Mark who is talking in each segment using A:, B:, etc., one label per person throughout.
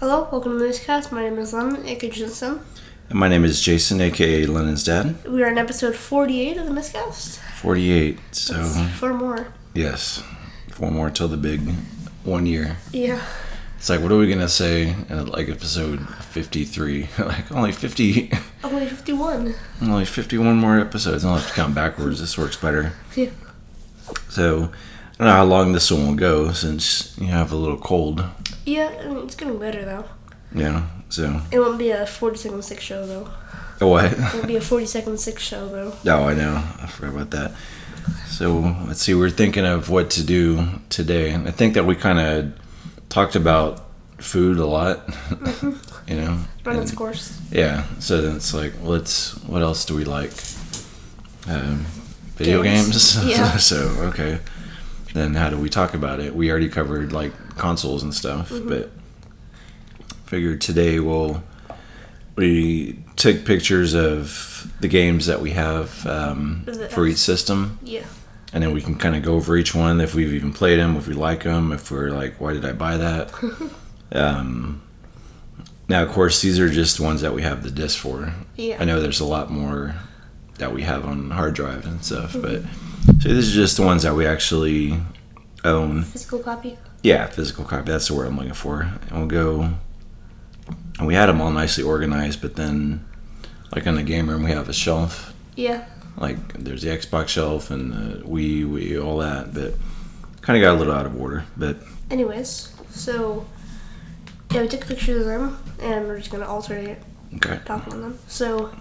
A: Hello, welcome to Newscast. My name is Lennon Atkinson.
B: And my name is Jason, aka Lennon's dad.
A: We are on episode 48 of the Newscast.
B: 48. So,
A: It's Four more.
B: yes, four more till the big one year.
A: Yeah.
B: It's like, what are we going to say at like episode 53? like, only 50,
A: Only 51.
B: only 51 more episodes. I'll have to count backwards. This works better.
A: Yeah.
B: So, I don't know how long this one will go since you have a little cold.
A: Yeah, I mean, it's getting better though.
B: Yeah. So,
A: It won't be a 40 second six show though.
B: oh, what?
A: It won't be a 40 second six show though.
B: Oh, I know. I forgot about that. So let's see. We're thinking of what to do today, and I think that we kind of talked about food a lot. you know.
A: Run its
B: And-
A: course.
B: yeah. So then it's like, let's. What else do we like? Um, video
A: Games.
B: games.
A: Yeah.
B: so okay. Then how do we talk about it? We already covered like consoles and stuff, but figured today we'll we take pictures of the games that we have um,
A: The-
B: for each system,
A: Yeah.
B: and then we can kind of go over each one if we've even played them, if we like them, if we're like, why did I buy that? um, now, of course, these are just ones that we have the disc for.
A: Yeah.
B: I know there's a lot more that we have on hard drive and stuff, but so these are just the ones that we actually own.
A: Physical copy.
B: Yeah, physical copy. That's the word I'm looking for. And we'll go. And we had them all nicely organized, but then, like in the game room, we have a shelf.
A: Yeah.
B: Like there's the Xbox shelf and the Wii, Wii, all that. But kind of got a little out of order. But
A: Anyways, so yeah, we took pictures of them and we're just gonna alternate
B: okay.
A: talking on them. So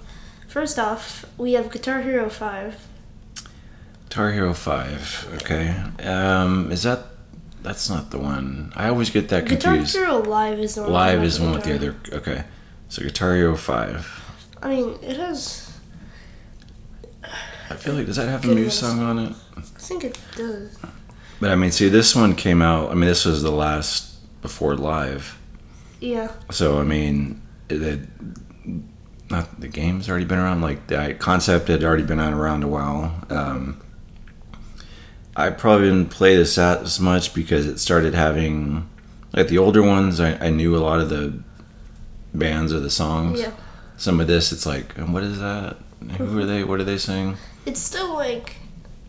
A: first off, we have Guitar Hero 5.
B: Tar Hero Five. Okay. Um, is that? That's not the one. I always get that
A: Guitar
B: confused.
A: Hero Live is the one.
B: Live
A: with
B: is the one with the
A: guitar.
B: other. Okay. So Guitar Hero Five.
A: I mean, it has.
B: I feel like does that have a
A: Good
B: new
A: ones.
B: song on it?
A: I think it does.
B: But I mean, see, this one came out. I mean, this was the last before live.
A: Yeah,
B: So I mean, the not the game's already been around. Like the concept had already been around a while. Um, I probably didn't play this as much because it started having like the older ones. I, I knew a lot of the bands or the songs.
A: yeah.
B: Some of this, it's like, what is that? Who are they? What are they saying?
A: It's still like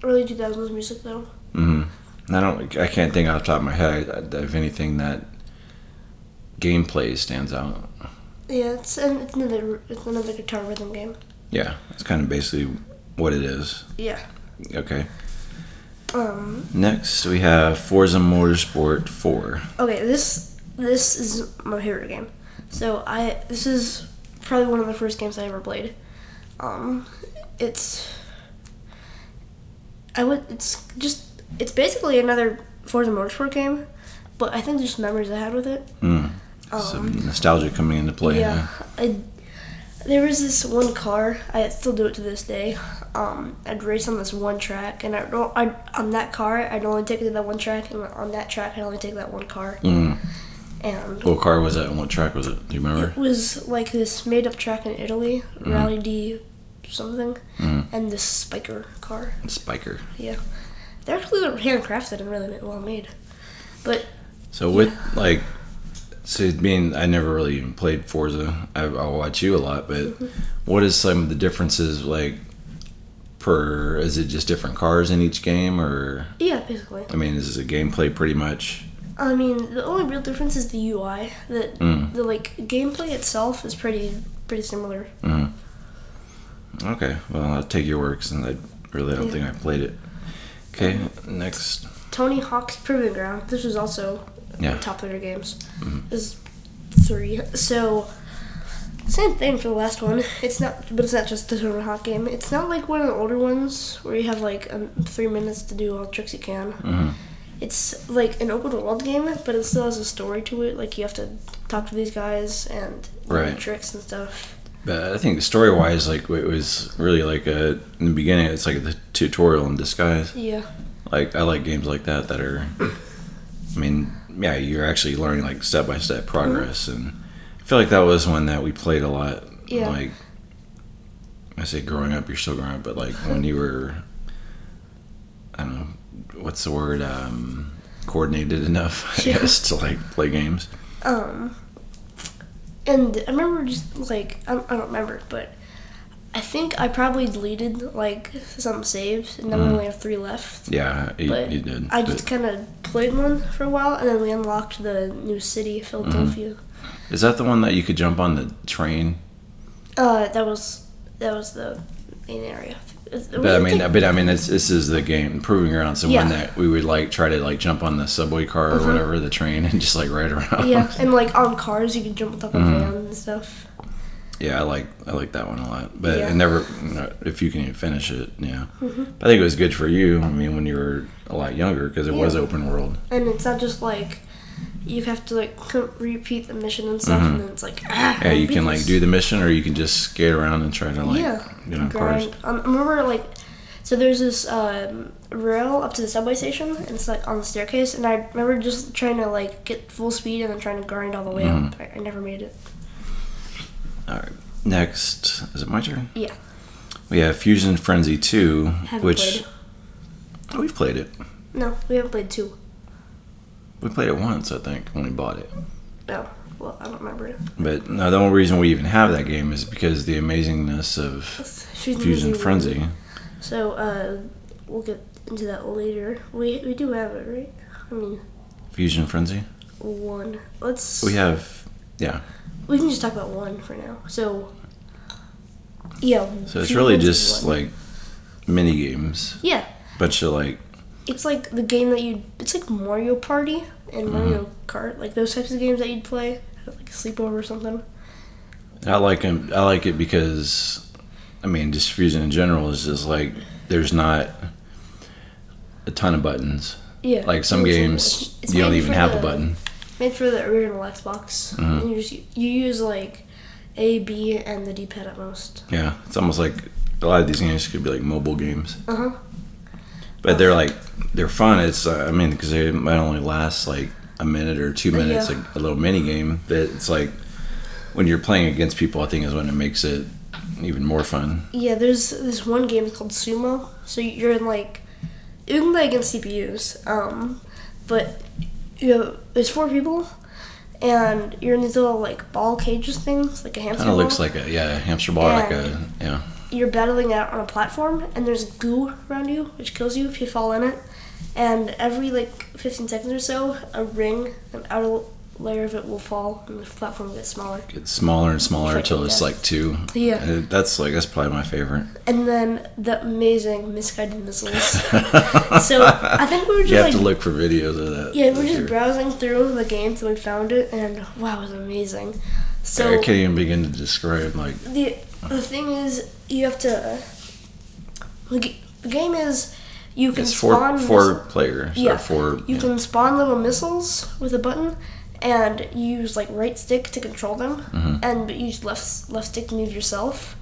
A: early 2000s music though.
B: hmm I don't. I can't think off the top of my head of anything that gameplay stands out.
A: Yeah, it's an, it's another it's another guitar rhythm game.
B: Yeah, it's kind of basically what it is.
A: Yeah.
B: Okay.
A: Um.
B: Next we have Forza Motorsport 4.
A: Okay. This this is my favorite game. So I this is probably one of the first games I ever played. Um, it's I would it's just it's basically another Forza Motorsport game, but I think just memories I had with it.
B: Mm.
A: Um,
B: Some nostalgia coming into play.
A: Yeah,
B: huh?
A: I, there was this one car. I still do it to this day. Um, I'd race on this one track, and I don't. I on that car, I'd only take it to that one track, and on that track, I'd only take that one car.
B: Mm.
A: And
B: What car was that and what track was it? Do you remember?
A: it was like this made-up track in Italy, Rally D, something,
B: Mhm.
A: and this spiker car.
B: Mm. Spiker.
A: They're actually handcrafted and really well made.
B: So with like, so being I never really even played Forza. I, I watch you a lot, but what is some of the differences like? Per is it just different cars in each game, or
A: Yeah, basically.
B: I mean, is it gameplay pretty much?
A: I mean, the only real difference is the UI. The
B: Mm.
A: the like gameplay itself is pretty pretty similar.
B: Mm-hmm. Okay, well I'll take your word since I really don't
A: Yeah.
B: think I played it. Okay, next.
A: Tony Hawk's Proving Ground. This was also
B: Yeah. Mm-hmm.
A: top 100 games. Is three. So same thing for the last one. It's not, but it's not just the Tony Hawk game. It's not like one of the older ones where you have like um, three minutes to do all the tricks you can.
B: Mhm.
A: It's like an open world game, but it still has a story to it. Like you have to talk to these guys and do
B: Right.
A: tricks and stuff.
B: But I think story wise, like it was really like a in the beginning, it's like the tutorial in disguise.
A: Yeah.
B: like I like games like that that are I mean, yeah, you're actually learning like step by step progress and I feel like that was one that we played a lot.
A: Yeah.
B: Like I say growing up, you're still growing up, but like when you were I don't know, what's the word? Um coordinated enough, I
A: Yeah.
B: guess, to like play games.
A: Um, And I remember just like I don't, I don't remember, but I think I probably deleted like some saves, and now we
B: Mm.
A: only have three left.
B: Yeah, you,
A: But
B: you did.
A: I
B: but
A: just kind of played one for a while, and then we unlocked the new city, Philadelphia.
B: Mm-hmm. is that the one that you could jump on the train?
A: Uh, that was that was the main area. It- it was-
B: But I mean,
A: think-
B: but I mean, this this is the game proving ground. So when
A: Yeah.
B: that we would like try to like jump on the subway car or
A: Mhm.
B: whatever the train and just like ride around.
A: yeah, and like on cars, you can jump on top of
B: Mhm.
A: vans and stuff.
B: Yeah, I like I like that one a lot. But
A: Yeah.
B: it never, you know, if you can even finish it, yeah.
A: Mhm.
B: I think it was good for you. I mean, when you were a lot younger, because it was
A: Yeah.
B: open world.
A: And it's not just like you have to like co- repeat the mission and stuff, and then it's like ah.
B: Mm-hmm. Yeah, you can like do the mission, or you can just skate around and try to like
A: Yeah,
B: get on cars.
A: grind. Um, I remember like so there's this um, rail up to the subway station, and it's like on the staircase, and I remember just trying to like get full speed and then trying to grind all the way
B: Mm-hmm.
A: up. I, I never made it.
B: All right. Next, is it my turn?
A: Yeah.
B: We have Fusion Frenzy 2,
A: Haven't
B: which
A: played
B: Oh, we've played it.
A: No, we haven't played two.
B: We played it once, I think, when we bought it.
A: No, well I don't remember.
B: But no, the only reason we even have that game is because the amazingness of
A: Fusion,
B: Fusion
A: Fusion.
B: Frenzy.
A: So uh, we'll get into that later. We we do have it right. I mean
B: Fusion Frenzy.
A: one. Let's.
B: We have yeah.
A: We can just talk about one for now. So. Yeah.
B: So it's
A: Fusion
B: really
A: Frenzy
B: just
A: one.
B: like mini games,
A: Yeah,
B: bunch of like
A: it's like the game that you. It's like Mario Party
B: Mm-hmm.
A: and Mario Kart, like those types of games that you'd play, at, like a sleepover or something.
B: I like 'em- I like it because, I mean, just fusion in general is just like there's not a ton of buttons.
A: Yeah.
B: Like some
A: It's-
B: games,
A: it's
B: you don't
A: made
B: even
A: for
B: have a
A: the-
B: button. Mm-hmm.
A: Made for the original Xbox, and you just you use like A, B, and the D pad at most.
B: Yeah, it's almost like a lot of these games could be like mobile games,
A: Uh huh.
B: but they're like they're fun. It's uh, I mean because they might only last like a minute or two minutes,
A: Yeah.
B: like a little mini game. But it's like when you're playing against people, I think is when it makes it even more fun.
A: Yeah, there's this one game called Sumo. So you're in like you can play against CPUs, um, but you have, there's four people, and you're in these little like ball cages things, like a hamster
B: Kind of
A: ball.
B: looks like a yeah hamster ball, like
A: Yeah.
B: a yeah.
A: you're battling out on a platform, and there's goo around you, which kills you if you fall in it. And every like 15 seconds or so, a ring, an outer layer of it will fall, and the platform gets smaller.
B: It's smaller and smaller
A: Like
B: till it's
A: death.
B: like two.
A: Yeah.
B: And that's like that's probably my favorite.
A: And then the amazing misguided missiles. so I think we were just
B: You have
A: like
B: to look for videos of that.
A: Yeah, we're just browsing through the games and we found it, and wow, it was amazing. So
B: I can't even begin to describe like
A: the the thing is, you have to. The, g- the game is, you can
B: it's
A: spawn
B: four four
A: missi-
B: players
A: Yeah.
B: or four.
A: you can spawn little missiles with a button, and you use like right stick to control them,
B: mm-hmm.
A: and but you use left left stick to move yourself,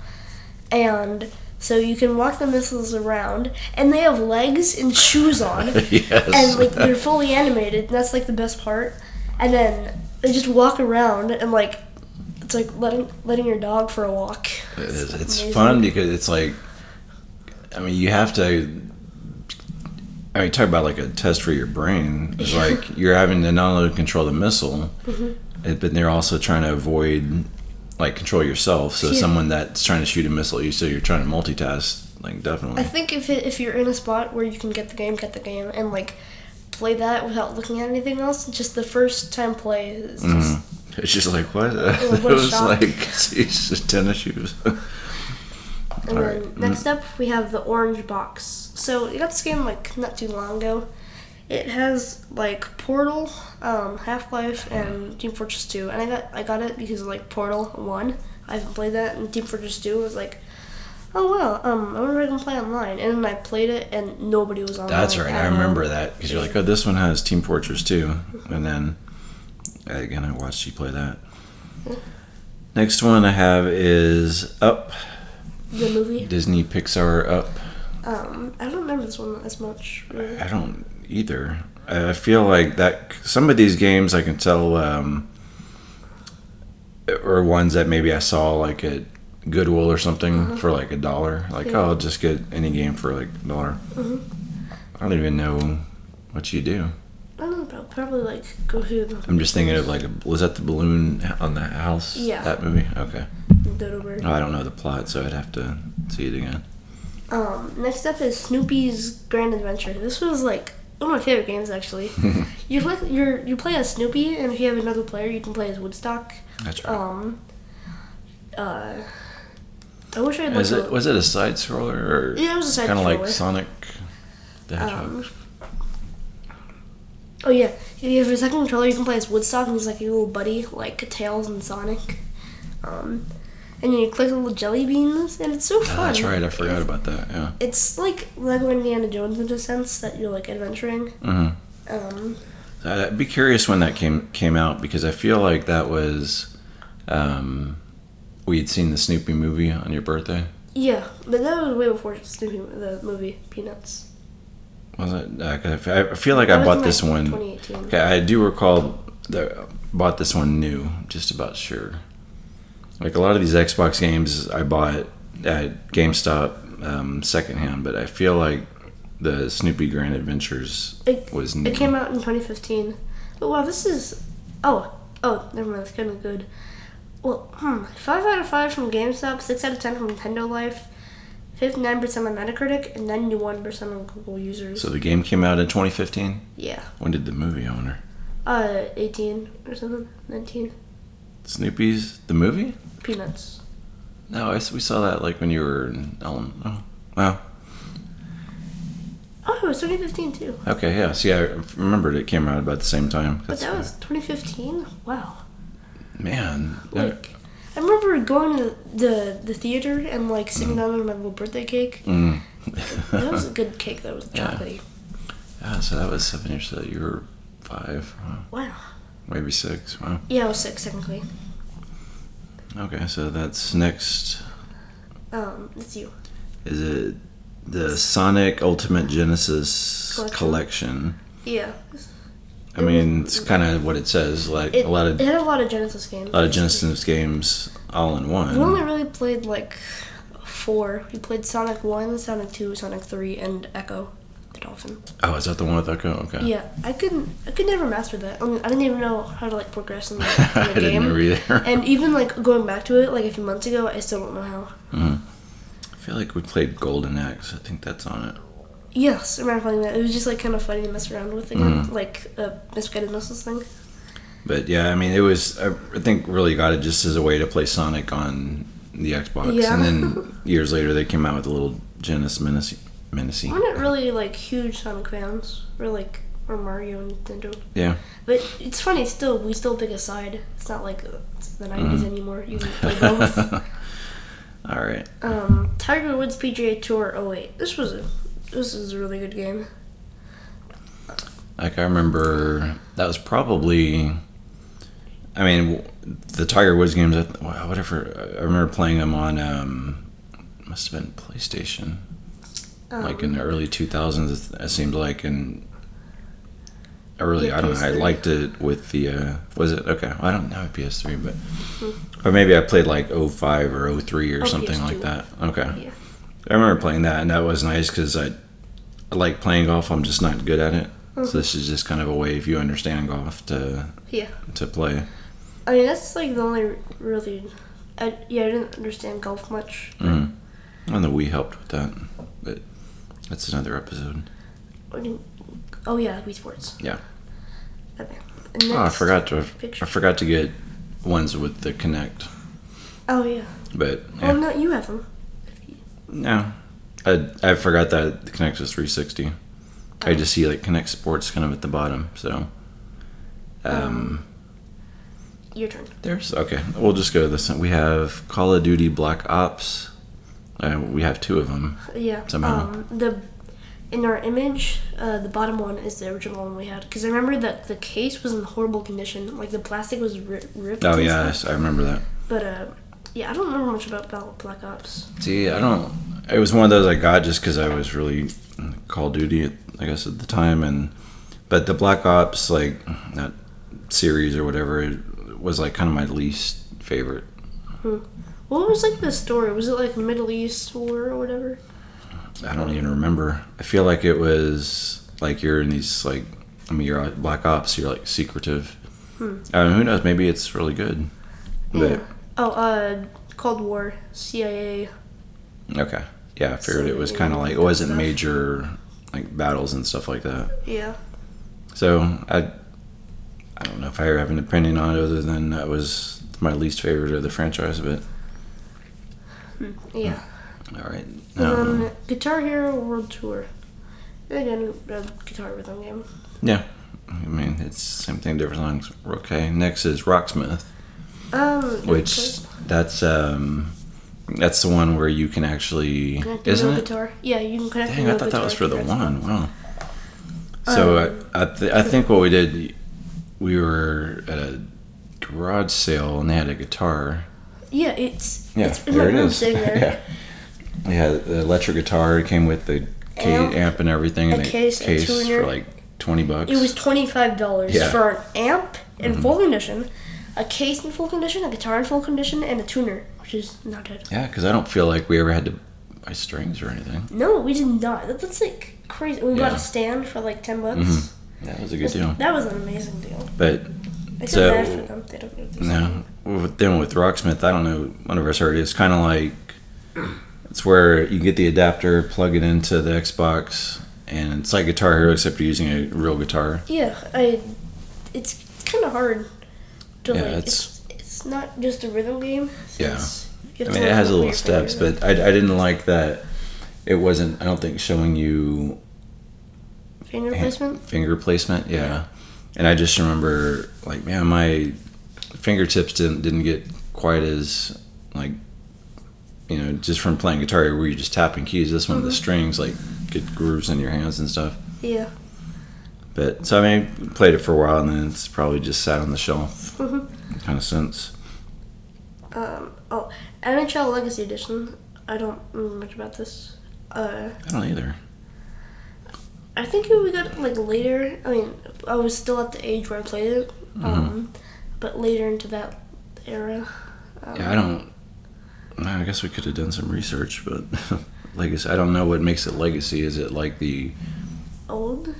A: and. So you can walk the missiles around, and they have legs and shoes on,
B: yes.
A: and like they're fully animated. And that's like the best part. And then they just walk around and like it's like letting letting your dog for a walk.
B: It is- it's
A: amazing.
B: fun because it's like I mean you have to I mean talk about like a test for your brain. It's like you're having to not only control the missile,
A: Mm-hmm.
B: it- but they're also trying to avoid like control yourself. So
A: Yeah.
B: someone that's trying to shoot a missile at you, so you're trying to multitask, like
A: I
B: definitely.
A: think if it, if you're in a spot where you can get the game, get the game, and like play that without looking at anything else, just the first time play is
B: Mm-hmm.
A: just
B: It's just like what?
A: what
B: it
A: a
B: was
A: shock.
B: like geez, tennis shoes.
A: And
B: All
A: then
B: right. Mm-hmm.
A: next up, we have the orange box. So I got this game like not too long ago. It has like Portal, um, Half Life, and Team Fortress Two, and I got I got it because of, like Portal One. I haven't played that, and Team Fortress Two was like, oh well, um, I wonder if I can play online. And then I played it, and nobody was online.
B: That's right. I
A: at all.
B: remember that because you're like, oh, this one has Team Fortress too, and then again, I watched you play that.
A: Mm-hmm.
B: Next one I have is Up
A: the movie.
B: Disney Pixar Up.
A: Um, I don't remember this one as much. Really.
B: I don't either. I I feel like that some of these games I can tell, um, or ones that maybe I saw like at Goodwill or something for like a dollar. Like,
A: Mm-hmm. Yeah. Mm-hmm.
B: oh, I'll just get any game for like a dollar. I don't even know what you do.
A: I don't know, know. Probably like go through the
B: I'm just thinking of like, a, was that the balloon on the house?
A: Yeah.
B: That movie? Okay.
A: dodo bird.
B: Oh, I don't know the plot, so I'd have to see it again.
A: Um, next up is Snoopy's Grand Adventure. This was like one of my favorite games actually. you click, you're, you play as Snoopy, and if you have another player, you can play as Woodstock.
B: That's right.
A: Um, uh, I wish I had.
B: Is
A: like,
B: it
A: a-
B: was it a side scroller or
A: Yeah, it was a side
B: kind of like
A: scroller.
B: Sonic the Hedgehog?
A: Um, oh yeah, if you have a second controller, you can play as Woodstock, and he's like your little buddy, like Tails and Sonic. Um, and you click the little jelly beans, and it's so
B: Oh,
A: fun.
B: that's right. I forgot about that. Yeah.
A: It's like Lego Indiana Jones in the sense that you're like adventuring.
B: hmm
A: Um,
B: I'd be curious when that came came out because I feel like that was um, we had seen the Snoopy movie on your birthday.
A: yeah, but that was way before Snoopy, the movie Peanuts.
B: Was it? Uh, 'cause I fe- I feel like
A: That was
B: I bought
A: in,
B: this
A: like,
B: one.
A: 2018.
B: Okay, I do recall that I bought this one new, just about sure. Like a lot of these Xbox games, I bought at GameStop um, secondhand, but I feel like the Snoopy Grand Adventures
A: It-
B: was new.
A: It came out in 2015. But wow, this is. Oh, oh, never mind. It's kind of good. Well, hmm. Five out of five from GameStop, six out of ten from Nintendo Life, fifty-nine percent on Metacritic, and ninety-one percent on Google users.
B: so the game came out in 2015.
A: yeah,
B: When did the movie own her?
A: uh, eighteen or something, nineteen.
B: Snoopy's the movie?
A: Peanuts.
B: No, I s we saw that like when you were in Ellen. Oh, wow.
A: Oh, it was 2015 too.
B: Okay, yeah. See, I remembered it came out about the same time.
A: But
B: That's-
A: that was 2015. Wow.
B: man. that-
A: Like, I remember going to the the theater and like
B: Mm-hmm.
A: sitting down with my little birthday cake.
B: mm.
A: That was a good cake. That was
B: Yeah.
A: chocolatey.
B: yeah, so that was seven years. So you were five, huh,
A: Wow.
B: maybe six. Wow.
A: Yeah, I was six technically.
B: Okay, so that's next.
A: Um, it's you.
B: Is it the Sonic Ultimate Genesis
A: Collection?
B: collection?
A: Yeah.
B: I mean, it's kind of what it says. Like
A: It,
B: a lot of
A: it had a lot of Genesis games.
B: a lot of Genesis games all in one.
A: We only really played like four. We played Sonic 1, Sonic 2, Sonic 3, and Echo the Dolphin.
B: Oh, is that the one with Echo? Okay.
A: Yeah, I couldn't I could never master that. I, mean, I didn't even know how to like progress in the, in
B: I
A: the game.
B: didn't read it.
A: And even like going back to it like a few months ago, I still don't know how.
B: I feel like we played Golden Axe. I think that's on it.
A: Yes, I remember playing that. It was just like kind of funny to mess around with again,
B: Mm-hmm.
A: like a misguided missiles thing.
B: But yeah, I mean, it was. I I think really got it just as a way to play Sonic on the Xbox,
A: Yeah.
B: and then years later they came out with a little Genesis Menace. Menace.
A: We're not really like huge Sonic fans. We're like or Mario and Nintendo.
B: Yeah.
A: But it's funny still. We still pick a side. It's not like uh, it's the '90s
B: Mm-hmm.
A: anymore. You can play both.
B: All right.
A: um, Tiger Woods PGA Tour 08. This was a this is a really good game.
B: Like I remember that was probably. I mean, w- the Tiger Woods games. I th- wow, Whatever. I remember playing them on. Um, must have been PlayStation.
A: Um,
B: like in the early 2000s it- it seemed like and I really
A: Yeah,
B: i don't know i
A: PS3.
B: liked it with the uh was it okay i don't know ps3 but or maybe i played like 05 or 03 or
A: Hmm. Oh,
B: something like
A: PS2.
B: that okay
A: Yeah.
B: i remember playing that and that was nice because I, I like playing golf i'm just not good at it so this is just kind of a way if you understand golf to
A: Mm-hmm. Yeah.
B: to play
A: I mean that's like the only really. I, yeah, I didn't understand golf much.
B: mm. and the we helped with that but that's another episode
A: What do you- Oh yeah, Wii Sports.
B: Yeah.
A: Okay. And
B: oh i
A: next-
B: forgot to
A: Picture.
B: i forgot to get ones with the connect
A: Oh yeah.
B: But
A: Oh
B: yeah,
A: no, you have them.
B: no, I I forgot that the Kinect was 360. I just see like Kinect Sports kind of at the bottom. So, um,
A: Your turn.
B: there's okay. We'll just go to this. One. We have Call of Duty Black Ops. Uh, we have two of them.
A: Yeah.
B: Somehow.
A: Um, the in our image, uh, the bottom one is the original one we had because I remember that the case was in horrible condition. Like the plastic was ri- ripped.
B: Oh
A: and
B: yeah, I
A: stuff.
B: s- I remember that.
A: But uh, yeah, I don't remember much about Bal- Black Ops.
B: See, I don't. It was one of those I got just because I was really in Call of Duty, I guess, at the time, and but the Black Ops like that series or whatever it was like kind of my least favorite.
A: What was like the story? Was it like Middle East war or whatever?
B: I don't even remember. I feel like it was like you're in these like I mean, you're like Black Ops. You're like secretive. I mean, who knows? Maybe it's really good.
A: Yeah. Oh, uh, Cold War, CIA.
B: But okay, yeah, I figured it was
A: So,
B: kind of like it wasn't
A: stuff.
B: major like battles and stuff like that.
A: Yeah.
B: So I, I don't know if I have an opinion on it other than that was my least favorite of the franchise. But
A: Yeah.
B: all right, um,
A: Um, Guitar Hero World Tour. Again, a guitar rhythm game.
B: I mean it's same thing, different songs. Okay, next is Rocksmith,
A: Um,
B: which that's um, that's the one where you can actually
A: Connect
B: isn't
A: real
B: it?
A: guitar. Yeah, you can connect
B: Dang,
A: real
B: I thought that was for
A: guitar
B: the
A: to your
B: one. Wow. So
A: Um,
B: I, I, th- I think what we did, we were at a garage sale and they had a guitar.
A: Xbox. Yeah, it's
B: Yeah,
A: it's in my
B: there it
A: room
B: is.
A: sitting there.
B: yeah, they had the electric guitar. It came with the ca-
A: Amp,
B: amp, and everything,
A: a
B: and a
A: case,
B: case,
A: a tuner.
B: for like twenty bucks.
A: It was twenty five dollars
B: Yeah.
A: for an amp in full condition, a case in full condition, a guitar in full condition, and a tuner, which is not good.
B: yeah, because I don't feel like we ever had to buy strings or anything.
A: No, we did not. That, that's like crazy. We got
B: Yeah.
A: a stand for like ten bucks.
B: Mhm. That was a good
A: That's-
B: deal.
A: That was an amazing deal.
B: But
A: I feel
B: So-
A: bad for them. They don't know this.
B: No. Well, Then with Rocksmith, I don't know. One of us heard it's kind of like it's where you get the adapter, plug it into the Xbox, and it's like Guitar Hero except you're using a real guitar.
A: Yeah, I. It's kind of hard. To
B: Yeah,
A: like,
B: it's-
A: it's it's not just a rhythm game. so
B: Yeah.
A: it's- you
B: I
A: have
B: mean,
A: to
B: it
A: learn
B: has
A: what
B: little
A: you're familiar
B: steps,
A: with.
B: but I, I didn't like that. It wasn't. I don't think showing you
A: finger placement.
B: finger placement. Yeah, and I just remember like, man, my fingertips didn't didn't get quite as like, you know, just from playing guitar where you're just tapping keys. This one, the strings like get grooves in your hands and stuff.
A: Yeah.
B: But so I mean, played it for a while, and then it's probably just sat on the shelf,
A: Mhm.
B: kind of since.
A: Um. Oh, NHL Legacy Edition. I don't remember much about this. Uh,
B: I don't either.
A: I think we got it like later. I mean, I was still at the age where I played it.
B: Mm-hmm.
A: Um, but later into that era. Um,
B: Yeah, I don't. I guess we could have done some research, but legacy. I don't know what makes it legacy. Is it like the
A: Old.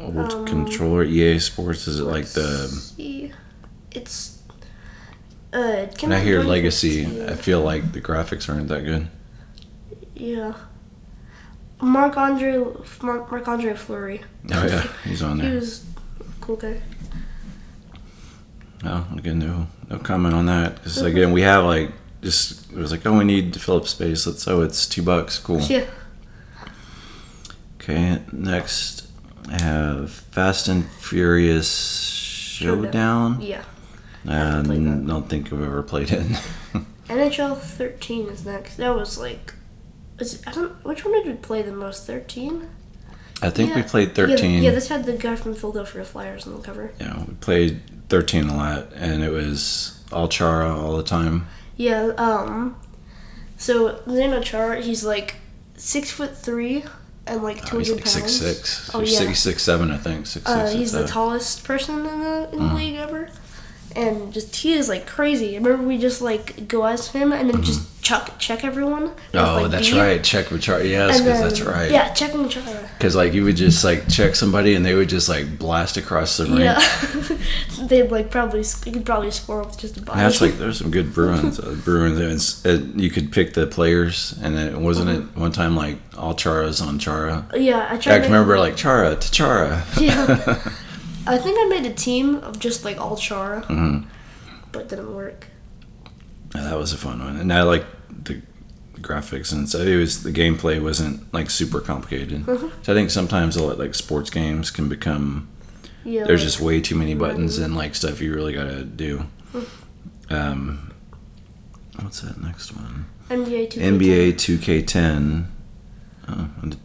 B: old
A: Um,
B: controller EA Sports? Is it like the?
A: Let's see. It's. Uh, it came
B: When I
A: out in
B: hear legacy,
A: 2015.
B: I feel like the graphics aren't that good.
A: Yeah. Mark Andre, Mark, Mark Andre Fleury.
B: Oh yeah, he's on
A: He
B: there.
A: was a cool guy.
B: Oh, again, no, no comment on that. Because again, we have like just it was like, oh, we need to fill up space. Let's oh, it's two bucks. Cool.
A: Yeah.
B: Okay, next I have Fast and Furious Showdown.
A: Yeah.
B: I
A: played that.
B: don't think I've ever played it.
A: NHL 13 is next. That was like, is, I don't. Which one did we play the most? 13.
B: I think we
A: Yeah.
B: played
A: Yeah, th-
B: 13.
A: Yeah, this had the guy from Philadelphia Flyers on the cover.
B: Yeah, we played 13 a lot, and it was all Chara all the time.
A: Yeah. Um. So Leno Char, he's like six foot three and like two
B: Oh, he's
A: hundred
B: like
A: pounds.
B: 6'6. Six, six,
A: Oh,
B: or
A: yeah.
B: six, six, seven, I think. Six,
A: Uh,
B: six,
A: he's
B: six,
A: the
B: seven. Mm.
A: tallest person in the in the league ever, and just he is like crazy. Remember we just like go at him and then just chuck check everyone. with,
B: Mm-hmm. Oh,
A: like,
B: that's
A: D,
B: right. Check with Chara. Yes,
A: and
B: because
A: then-
B: that's right.
A: Yeah, check and try.
B: Because, like, you would just, like, check somebody, and they would just, like, blast across the ring.
A: Yeah, they'd like probably sc- you could probably score with just a body.
B: And That's like there's some good Bruins. Uh, Bruins, and it's- it, you could pick the players, and it wasn't it one time like all Chara's on Chara.
A: yeah, Mm-hmm. I
B: I
A: tried.
B: can
A: to make-
B: remember like Chara to Chara.
A: Yeah. I think I made a team of just like all Chara,
B: Mm-hmm.
A: but didn't work.
B: Yeah, that was a fun one, and I like the graphics and so it was the gameplay wasn't like super complicated.
A: Mm-hmm.
B: So I think sometimes a lot like sports games can become
A: Yeah,
B: there's
A: like-
B: just way too many buttons and like stuff you really gotta do. Um, what's that next one?
A: NBA 2K.
B: NBA 2K10. Oh, I didn't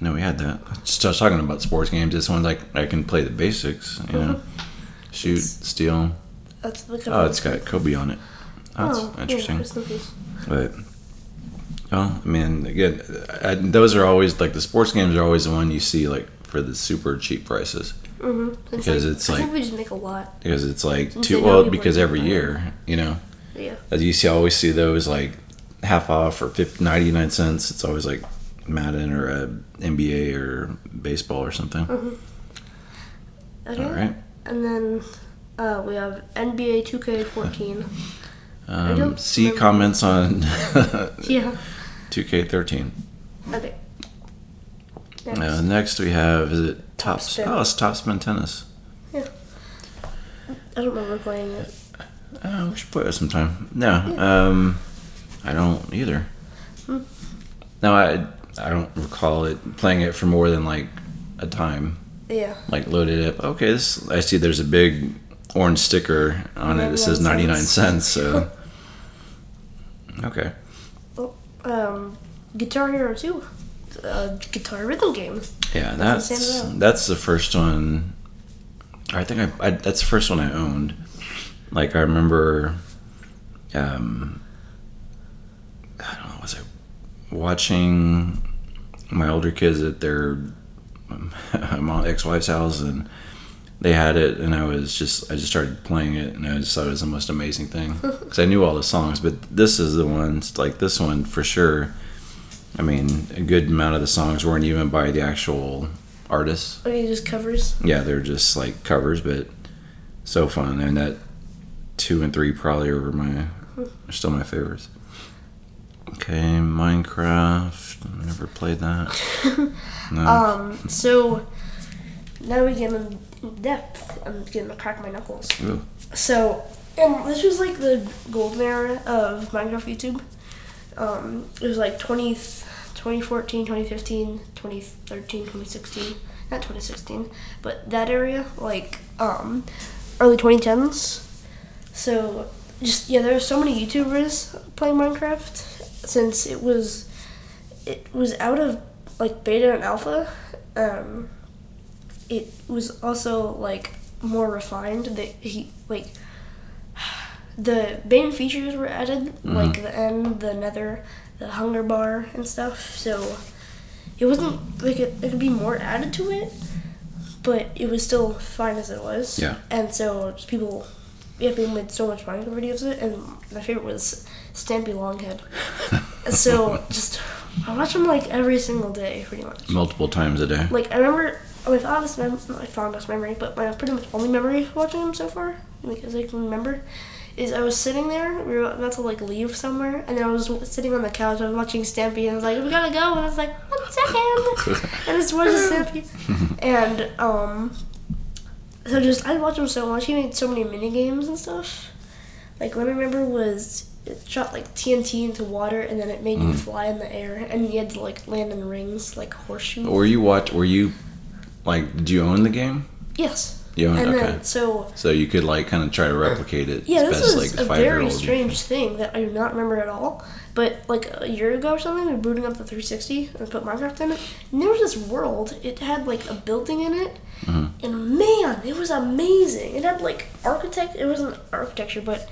B: know we had that. Just I was talking about sports games. This one's like I can play the basics. You know, shoot, steal.
A: That's the cover.
B: Oh, it's got Kobe on it. Oh, that's
A: Oh, yeah,
B: interesting.
A: rest in peace.
B: But oh, I mean, again, I, those are always like the sports games are always the one you see like for the super cheap prices
A: Mhm. It's
B: Because it's
A: I think
B: like-
A: we just make a lot.
B: because it's like
A: Since
B: too
A: they know
B: well
A: people
B: because
A: like
B: every
A: that.
B: year you know
A: Yeah.
B: as you see I always see those like half off or 50, 99 cents it's always
A: Uh-huh.
B: like madden or uh, nba or baseball or something
A: Okay.
B: All right.
A: And then uh, we have NBA 2K14.
B: Um,
A: don't
B: see
A: remember.
B: comments on
A: yeah.
B: 2K13.
A: Okay. Next.
B: Uh, next we have is it top
A: Topspin.
B: oh it's topspin tennis.
A: I don't remember playing it.
B: Uh, we should play it sometime. No, um, I don't either.
A: Hmm.
B: No, I I don't recall it playing it for more than like a time.
A: Yeah.
B: Like loaded up. Okay, this I see. There's a big orange sticker on it. It says 99
A: 99
B: cents. So okay,
A: Um, Guitar Hero 2. Uh, guitar rhythm games.
B: yeah,
A: That's the
B: that's
A: same row.
B: that's the first one. I think I, I that's the first one I owned. Like I remember, um, I don't know, was I watching my older kids at their um, my ex-wife's house and they had it and i was just i just started playing it and i just thought it was the most amazing thing because i knew all the songs but this is the ones like this one for sure i mean a good amount of the songs weren't even by the actual artists
A: Okay, Oh, just covers.
B: yeah they're just like covers but so fun and that two and three probably were my are still my favorites okay minecraft i never played that no
A: Um, so now we get in depth. I'm gonna crack my knuckles.
B: Ooh.
A: So, and this was like the golden era of Minecraft YouTube. Um, it was like 20, 2014, 2015, 2013, 2016. Not 2016, but that area, like um, early 2010s. So, just, yeah, there are so many YouTubers playing Minecraft since it was it was out of like beta and alpha. Um, it was also like more refined. That he like the main features were added, like the end, the nether, the hunger bar, and stuff. So it wasn't like it, it could be more added to it, but it was still fine as it was.
B: Yeah.
A: And so just people, yeah, people made so much Minecraft videos of it, and my favorite was Stampy Longhead. Um, So just I watch them like every single day, pretty much.
B: multiple times a day
A: Like I remember my fondest mem- my fondest memory, but my pretty much only memory of watching them so far, because I can remember, is I was sitting there. We were about to like leave somewhere, and I was w- sitting on the couch. I was watching Stampy, and I was like, "We gotta go," and I was like, "One second," and it's watching Stampy, and um. So just I watched him so much. He made so many mini games and stuff. Like one I remember was it shot like TNT into water and then it made you fly in the air and you had to like land in rings like horseshoe.
B: Were you watch? Were you like? Did you own the game?
A: yes.
B: You owned.
A: And
B: Mm, okay.
A: then so
B: so you could like kind of try to replicate it.
A: yeah,
B: as
A: this
B: best,
A: is
B: like,
A: a very
B: five-year-old.
A: strange thing that I do not remember at all. But like a year ago or something, we were booting up the 360 and put Minecraft in it. And there was this world. It had like a building in it,
B: Mm-hmm.
A: and man, it was amazing. It had like architect. It wasn't architecture, but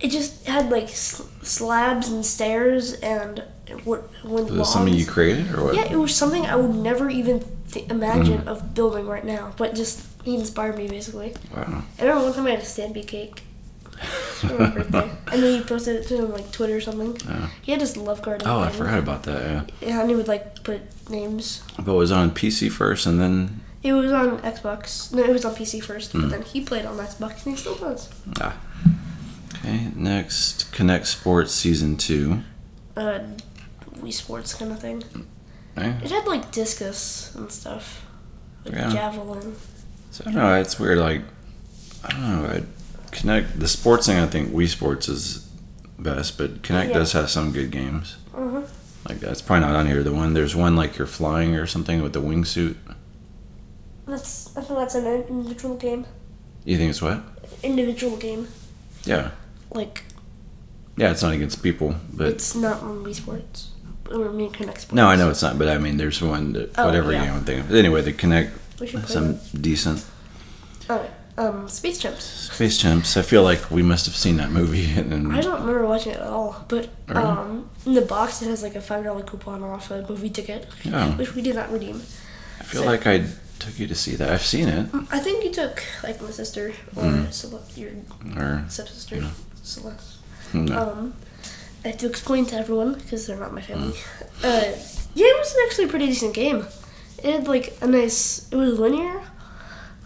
A: it just had like s- slabs and stairs and what when
B: Was this something you created or what?
A: yeah, it was something I would never even th- imagine
B: Mm-hmm.
A: of building right now, but just he inspired me basically.
B: Wow.
A: I remember one time I had a Stampy cake for my birthday, and then he posted it to him like Twitter or something.
B: Yeah.
A: He had his love garden.
B: Oh, I
A: thing.
B: forgot about that. Yeah.
A: Yeah, and he would like put names.
B: But it was on PC first, and then
A: It was on Xbox. No, it was on PC first,
B: Hmm.
A: but then he played on Xbox, and he still does.
B: okay. Next, Connect Sports Season Two.
A: Uh, Wii Sports kind of thing.
B: Eh,
A: It had like discus and stuff, like
B: Yeah.
A: javelin.
B: So I don't know. It's weird. Like I don't know. I Connect the sports thing. I think Wii Sports is best, but Connect
A: Yeah.
B: does have some good games.
A: Mhm.
B: Like that's probably not on here. The one there's one like you're flying or something with the wingsuit.
A: That's I think that's an individual game.
B: You think it's what?
A: Individual game.
B: Yeah.
A: Like
B: Yeah, it's not against people, but
A: it's not on Wii Sports or I mean Connect Sports.
B: no, I know it's not. But I mean, there's one that
A: Oh,
B: whatever
A: yeah.
B: you want to think of. Anyway, they connect
A: We should play
B: some decent
A: Oh, um, Space Chimps.
B: space chimps. I feel like we must have seen that movie, and then
A: I don't remember watching it at all, but
B: Really?
A: um, in the box it has like a five dollar coupon off a movie ticket,
B: Oh.
A: which we did not redeem.
B: I feel like I took you to see that. I've seen it,
A: I think you took like my sister or
B: Mm.
A: Cele- your
B: or hmm,
A: stepsister Celeste.
B: no.
A: Um, I have to explain to everyone because they're not my family.
B: Mm.
A: Uh, yeah, it was actually a pretty decent game. It had like a nice. It was linear.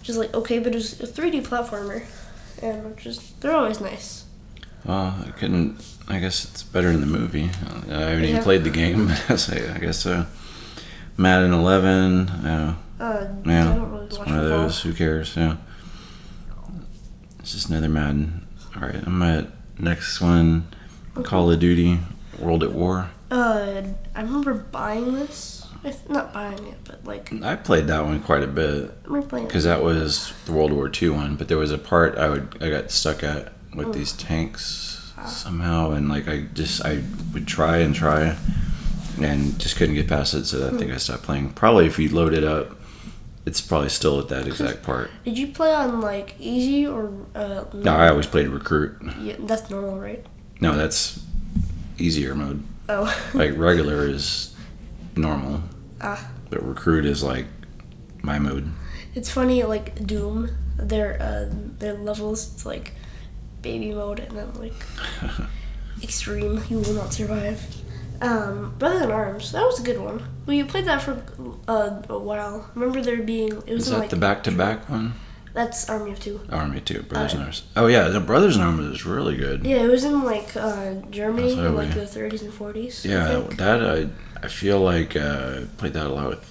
A: which is like okay, but it was a 3D platformer, and just they're always nice.
B: Well, I couldn't. I guess it's better in the movie. I haven't even
A: Yeah.
B: played the game. so I guess so. Madden 11. Uh,
A: Uh,
B: Yeah,
A: I don't really
B: it's
A: watch
B: one of
A: football.
B: those. Who cares? Yeah. It's just another Madden. All right, I'm at next one. Call of Duty, World at War.
A: Uh, I remember buying this. I th- not buying it, but like I
B: I played that one quite a bit
A: remember playing it.
B: because that was the World War II one. But there was a part I would I got stuck at with
A: Oh.
B: these tanks somehow, and like I just I would try and try, and just couldn't get past it. So I think I stopped playing. Probably if you load it up, it's probably still at that exact part.
A: Did you play on like easy or uh?
B: No, I always played recruit.
A: Yeah, that's normal, right?
B: No, that's easier mode.
A: Oh,
B: Like regular is normal.
A: Ah.
B: But recruit is like my mode.
A: it's funny. Like Doom, their uh, their levels. It's like baby mode and then like extreme. You will not survive. Um, Brother in Arms, that was a good one. Well, you played that for uh, a while. Remember there being it was
B: Is
A: in,
B: that
A: like
B: the back to back one?
A: that's Army of Two.
B: Army too,
A: Uh,
B: Brothers in Arms. Oh yeah, the Brothers in Arms is really good.
A: Yeah, it was in like uh, Germany
B: That's
A: in
B: way.
A: like the 30s and 40s. I
B: Yeah,
A: think.
B: that uh, I I feel like uh, I played that a lot with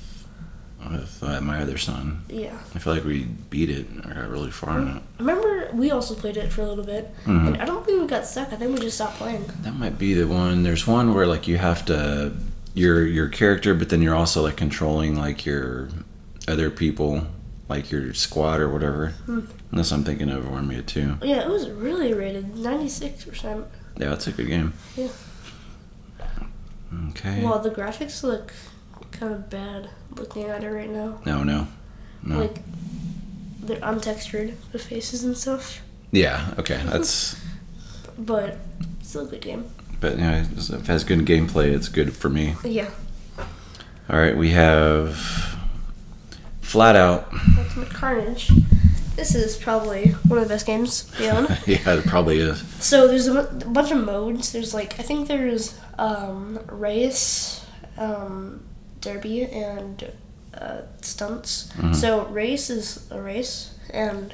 B: with uh, my other son.
A: yeah.
B: I feel like we beat it or got really far in it.
A: I remember we also played it for a little bit,
B: Hmm.
A: and I don't think we got stuck. I think we just stopped playing.
B: That might be the one. There's one where like you have to your your character, but then you're also like controlling like your other people, like your squad or whatever.
A: Hmm.
B: Unless I'm thinking of Army of Two.
A: Yeah, it was really rated 96%.
B: Yeah, that's a good game.
A: Yeah.
B: Okay.
A: Well, the graphics look kind of bad looking at it right now.
B: no, no, no.
A: Like, they're untextured, the faces and stuff.
B: yeah. Okay. That's.
A: But still a good game.
B: But you know, if it has good gameplay, it's good for me.
A: Yeah,
B: All right, we have Flat Out.
A: Ultimate Carnage. This is probably one of the best games we own.
B: yeah, it probably is.
A: So there's a, bu- a bunch of modes. There's like I think there's um, race, um, derby, and uh, stunts. So race is a race, and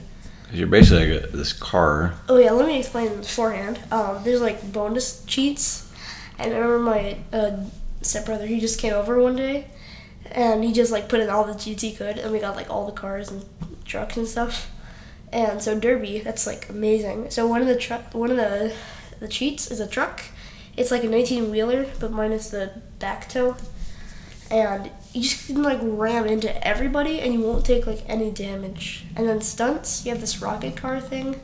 B: 'Cause You're basically like a, this car.
A: oh yeah, let me explain beforehand. Um, there's like bonus cheats. And I remember my uh, stepbrother. He just came over one day, and he just like put in all the cheats he could, and we got like all the cars and trucks and stuff. And so derby, that's like amazing. So one of the truck, one of the the cheats is a truck. It's like an 18 wheeler, but minus the back toe. And you just can like ram into everybody, and you won't take like any damage. And then stunts, you have this rocket car thing,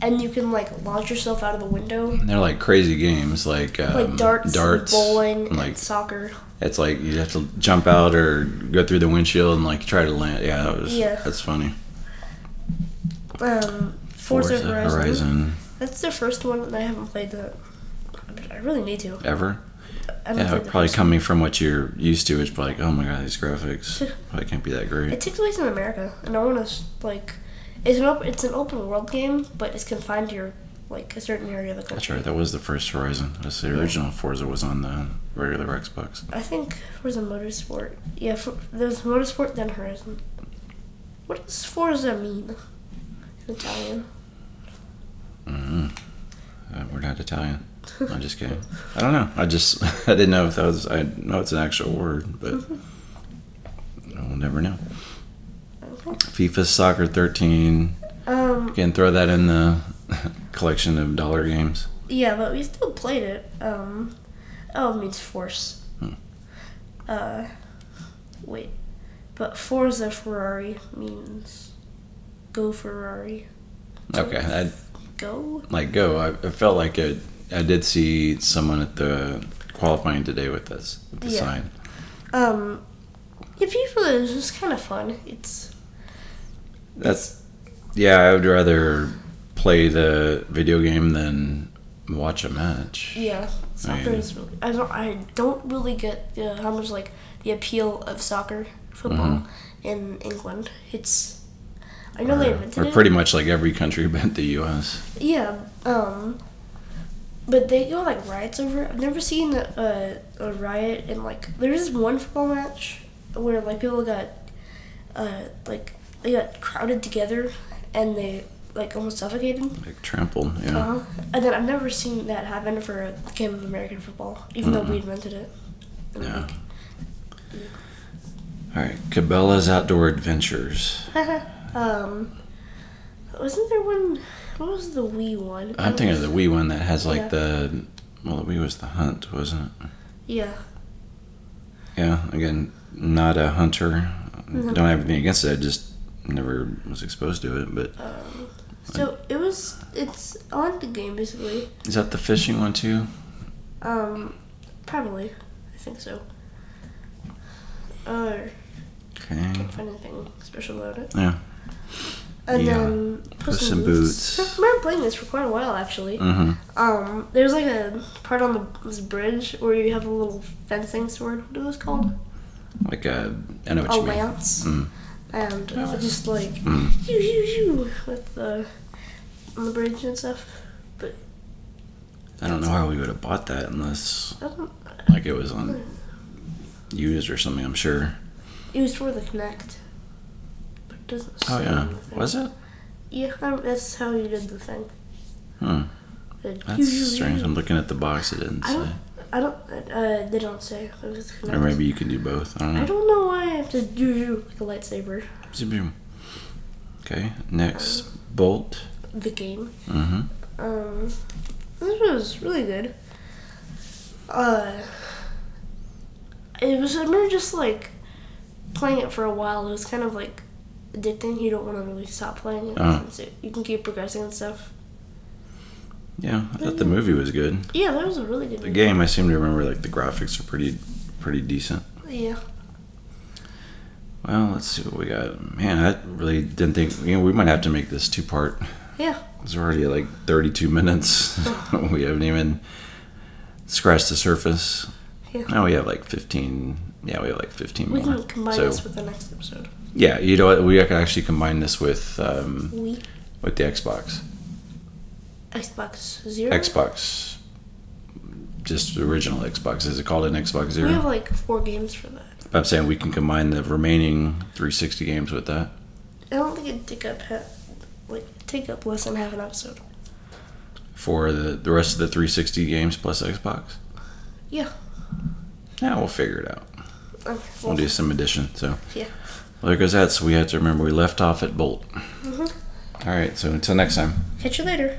A: and you can like launch yourself out of the window,
B: And they're like crazy games, like um,
A: like darts,
B: darts,
A: bowling,
B: and, like
A: and soccer.
B: it's like you have to jump out or go through the windshield and like try to land. Yeah, that was,
A: Yeah.
B: that's funny.
A: Um, Forza,
B: Forza
A: Horizon. That's the first one that I haven't played. That but I really need to.
B: ever.
A: I haven't
B: Yeah,
A: played the
B: probably
A: first
B: coming from what you're used to, it's probably like, oh my god, these graphics probably can't be that great.
A: It takes place in America, and I want to like, it's an op- it's an open world game, but it's confined to your like a certain area of the
B: That's
A: country.
B: right. That was the first Horizon. That's the original Forza was on the regular Xbox.
A: I think Forza Motorsport. Yeah, for, there's Motorsport then Horizon. What does Forza mean in Italian?
B: Mm-hmm. Uh, we're not Italian. I'm just kidding. I don't know. I just I didn't know if that was. I know it's an actual word, but we'll never know.
A: Okay.
B: FIFA Soccer 13.
A: Um,
B: Again, throw that in the collection of dollar games.
A: yeah, but we still played it. Um, oh, it means force.
B: Hmm.
A: Uh, wait, but Forza Ferrari means go Ferrari.
B: Okay, I
A: Go?
B: like go. I, I felt like it. I did see someone at the qualifying today with this with the
A: Yeah.
B: sign.
A: Um, yeah, people is just kind of fun. It's
B: That's yeah. I would rather play the video game than watch a match.
A: yeah, soccer is really. I don't. I don't really get the, how much like the appeal of soccer football
B: Mm-hmm.
A: in England. It's. I know they invented
B: or
A: it.
B: pretty much like every country but the U.S.
A: Yeah. Um. But they go like riots over. it. I've never seen a, a, a riot in like. There's this one football match where like people got, uh, like they got crowded together and they like almost suffocated.
B: Like trampled, yeah.
A: Uh-huh. And then I've never seen that happen for a game of American football, even though we invented it. I mean,
B: Yeah. All right, Cabela's Outdoor Adventures.
A: like, um, wasn't there one? What was the Wii one?
B: I'm thinking of the Wii one that has like
A: Yeah.
B: the well, the Wii was the hunt, wasn't it?
A: Yeah.
B: Yeah. Again, not a hunter.
A: No.
B: Don't have anything against it. I just never was exposed to it. But
A: Um, so it was. It's on the game basically.
B: is that the fishing one too?
A: Um, probably. I think so. Uh,
B: Okay.
A: can't find anything special about it.
B: Hmm. Yeah.
A: And
B: Yeah.
A: then Puss,
B: Puss
A: in
B: in
A: Boots.
B: Boots.
A: I remember playing this for quite a while actually.
B: Mm-hmm.
A: Um, there's like a part on the this bridge where you have a little fencing sword. What are those called?
B: Like a. I know what
A: A
B: you mean.
A: lance.
B: Mm.
A: And it's just like
B: Mm.
A: shoo, shoo, shoo, with the on the bridge and stuff. But
B: I don't know how we would have bought that unless
A: I don't.
B: like it was
A: Mm.
B: on used or something. I'm sure.
A: It was for the Connect. But it doesn't.
B: Oh
A: say
B: yeah.
A: on the thing.
B: Was it?
A: Yeah, I don't- that's how you did the thing.
B: Hmm.
A: The shoo, shoo,
B: That's strange.
A: shoo.
B: I'm looking at the box. It didn't
A: I
B: say.
A: don't. I don't. Uh, they don't say. It was the
B: Or
A: Kinect.
B: maybe you could do both. I don't know.
A: I don't know why I have to do do like a lightsaber.
B: Zoom, zoom. Okay, next bolt.
A: The game.
B: Mm-hmm.
A: Um, this was really good. Uh, it was. I remember just like playing it for a while. It was kind of like addicting. You don't want to really stop playing it.
B: Uh-huh.
A: since it- you can keep progressing and stuff.
B: Yeah, I thought the movie was good.
A: Yeah, that was a really good
B: The game, I seem to remember, like the graphics are pretty, pretty decent.
A: Yeah.
B: Well, let's see what we got. Man, I really didn't think. You know, we might have to make this two part.
A: Yeah.
B: It's already like 32 minutes. we haven't even scratched the surface.
A: Yeah.
B: Now we have like 15. Yeah, we have like 15
A: We
B: more.
A: can combine
B: so
A: this with the next episode.
B: yeah, you know what? We could actually combine this with um,
A: We
B: with the Xbox.
A: Xbox Zero.
B: Xbox, just the original Xbox. Is it called an Xbox
A: We have
B: Zero?
A: like four games for that.
B: I'm saying we can combine the remaining 360 games with that.
A: I don't think it'd take up ha- like take up less than half an episode.
B: For the, the rest of the 360 games plus Xbox?
A: Yeah.
B: Yeah, we'll figure it out.
A: Okay.
B: We'll do some addition. So,
A: Yeah.
B: Well, there goes that. So, we have to remember we left off at Bolt.
A: Mhm.
B: All right. So, until next time.
A: Catch you later.